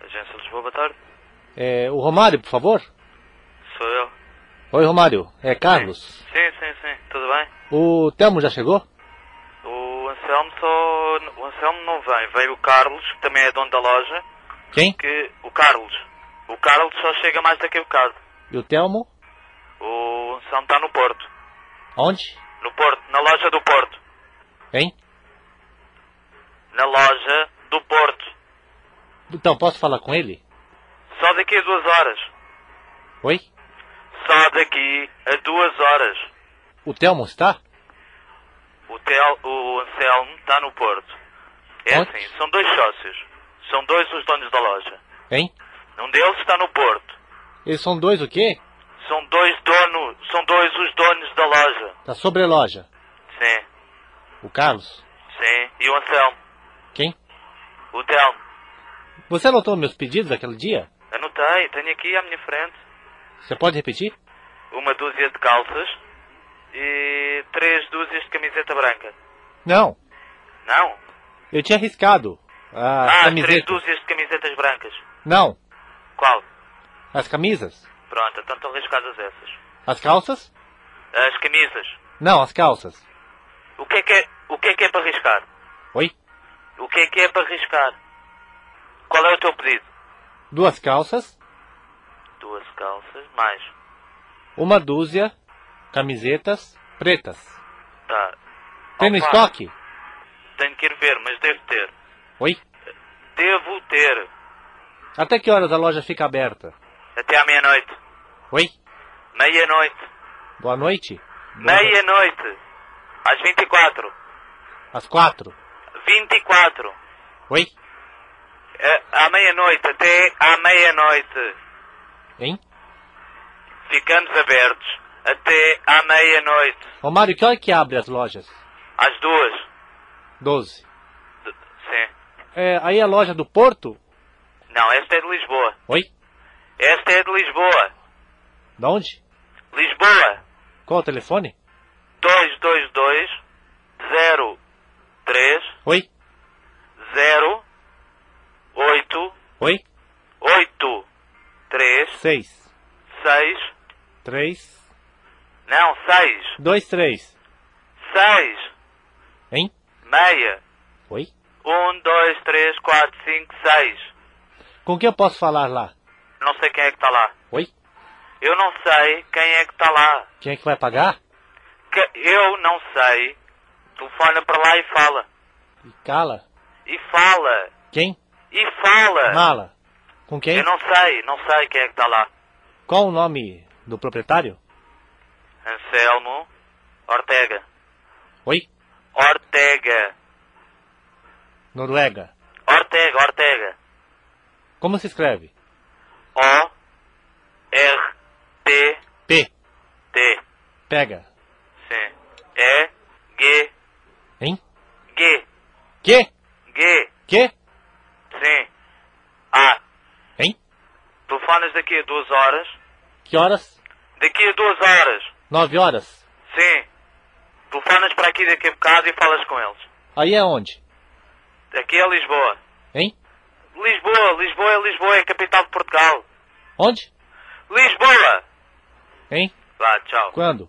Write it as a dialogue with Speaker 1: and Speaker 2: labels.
Speaker 1: Agência Lisboa, boa tarde.
Speaker 2: É, o Romário, por favor.
Speaker 1: Sou eu.
Speaker 2: Oi, Romário. É Carlos.
Speaker 1: Sim, sim, sim. Tudo bem?
Speaker 2: O Telmo já chegou?
Speaker 1: O Anselmo só... O Anselmo não vem. Veio o Carlos, que também é dono da loja.
Speaker 2: Quem?
Speaker 1: Que... O Carlos. O Carlos só chega mais daqui a bocado.
Speaker 2: E o Telmo?
Speaker 1: O Anselmo está no Porto.
Speaker 2: Onde?
Speaker 1: No Porto. Na loja do Porto.
Speaker 2: Hein?
Speaker 1: Na loja do Porto.
Speaker 2: Então, posso falar com ele?
Speaker 1: Só daqui a duas horas.
Speaker 2: Oi?
Speaker 1: Só daqui a duas horas.
Speaker 2: O Telmo está?
Speaker 1: O, Tel, o Anselmo está no Porto. É
Speaker 2: Onde?
Speaker 1: assim, são dois sócios. São dois os donos da loja.
Speaker 2: Hein?
Speaker 1: Um deles está no Porto.
Speaker 2: Eles são dois o quê?
Speaker 1: São dois donos, são dois os donos da loja.
Speaker 2: Da sobreloja.
Speaker 1: Sim,
Speaker 2: O Carlos?
Speaker 1: sim. E o Anselmo?
Speaker 2: Quem?
Speaker 1: O Telmo?
Speaker 2: Você anotou meus pedidos aquele dia?
Speaker 1: Anotei, tenho aqui à minha frente
Speaker 2: Você pode repetir?
Speaker 1: uma dúzia de calças e três dúzias de camiseta branca.
Speaker 2: Não.
Speaker 1: Não?
Speaker 2: Eu tinha arriscado. As
Speaker 1: Ah, três
Speaker 2: camisetas.
Speaker 1: dúzias de camisetas brancas.
Speaker 2: Não.
Speaker 1: Qual?
Speaker 2: As camisas.
Speaker 1: Pronto, então estão riscadas essas.
Speaker 2: As calças?
Speaker 1: As camisas.
Speaker 2: Não, as calças.
Speaker 1: O que é que é, o que é, que é para riscar?
Speaker 2: Oi?
Speaker 1: O que é que é para riscar? Qual é o teu pedido?
Speaker 2: Duas calças,
Speaker 1: Duas calças, mais.
Speaker 2: uma dúzia, camisetas pretas.
Speaker 1: Tá.
Speaker 2: Tem no
Speaker 1: Opa,
Speaker 2: estoque?
Speaker 1: Tenho que ir ver, mas devo ter.
Speaker 2: Oi?
Speaker 1: Devo ter.
Speaker 2: Até que horas a loja fica aberta?
Speaker 1: Até à meia-noite.
Speaker 2: Oi?
Speaker 1: Meia-noite.
Speaker 2: Boa noite? Boa noite.
Speaker 1: Meia-noite. Às 24.
Speaker 2: Às quatro?
Speaker 1: 24.
Speaker 2: Oi?
Speaker 1: É, à meia-noite, até à meia-noite.
Speaker 2: Hein?
Speaker 1: Ficamos abertos até à meia-noite.
Speaker 2: Romário, que hora que abre as lojas?
Speaker 1: Às duas.
Speaker 2: Doze.
Speaker 1: D- Sim.
Speaker 2: É, aí a loja do Porto?
Speaker 1: Não, esta é de Lisboa.
Speaker 2: Oi?
Speaker 1: Esta é de Lisboa.
Speaker 2: Da onde?
Speaker 1: Lisboa.
Speaker 2: Qual o telefone?
Speaker 1: 222 03
Speaker 2: Oi?
Speaker 1: 0 8
Speaker 2: Oi?
Speaker 1: 8 3
Speaker 2: Seis.
Speaker 1: 6
Speaker 2: Três.
Speaker 1: Não, 6
Speaker 2: Dois, três.
Speaker 1: 6
Speaker 2: Hein?
Speaker 1: meia
Speaker 2: Oi?
Speaker 1: 1 2 3 4 5 6
Speaker 2: Com quem eu posso falar lá?
Speaker 1: Não sei quem é que está lá.
Speaker 2: Oi?
Speaker 1: Eu não sei quem é que está lá.
Speaker 2: Quem é que vai pagar?
Speaker 1: Que- Eu não sei. Telefona para lá e fala.
Speaker 2: E cala.
Speaker 1: E fala.
Speaker 2: Quem?
Speaker 1: E fala.
Speaker 2: Mala. Com quem?
Speaker 1: É. Eu não sei, não sei quem é que está lá.
Speaker 2: Qual o nome do proprietário?
Speaker 1: Anselmo Ortega.
Speaker 2: Oi?
Speaker 1: Ortega.
Speaker 2: Noruega.
Speaker 1: Ortega, Ortega.
Speaker 2: Como se escreve?
Speaker 1: O R T
Speaker 2: P.
Speaker 1: T.
Speaker 2: Pega.
Speaker 1: Sim. E G
Speaker 2: Hein?
Speaker 1: G
Speaker 2: Que?
Speaker 1: G.
Speaker 2: Que?
Speaker 1: Sim. Ah,
Speaker 2: Hein?
Speaker 1: telefones daqui a duas horas.
Speaker 2: Que horas?
Speaker 1: Daqui a duas horas.
Speaker 2: Nove horas.
Speaker 1: Sim. Telefonas para aqui daqui a bocado e falas com eles.
Speaker 2: Aí é onde?
Speaker 1: Aqui é Lisboa.
Speaker 2: Hein?
Speaker 1: Lisboa, Lisboa é Lisboa, é a capital de Portugal.
Speaker 2: Onde?
Speaker 1: Lisboa!
Speaker 2: Hein?
Speaker 1: Vá, tchau.
Speaker 2: Quando?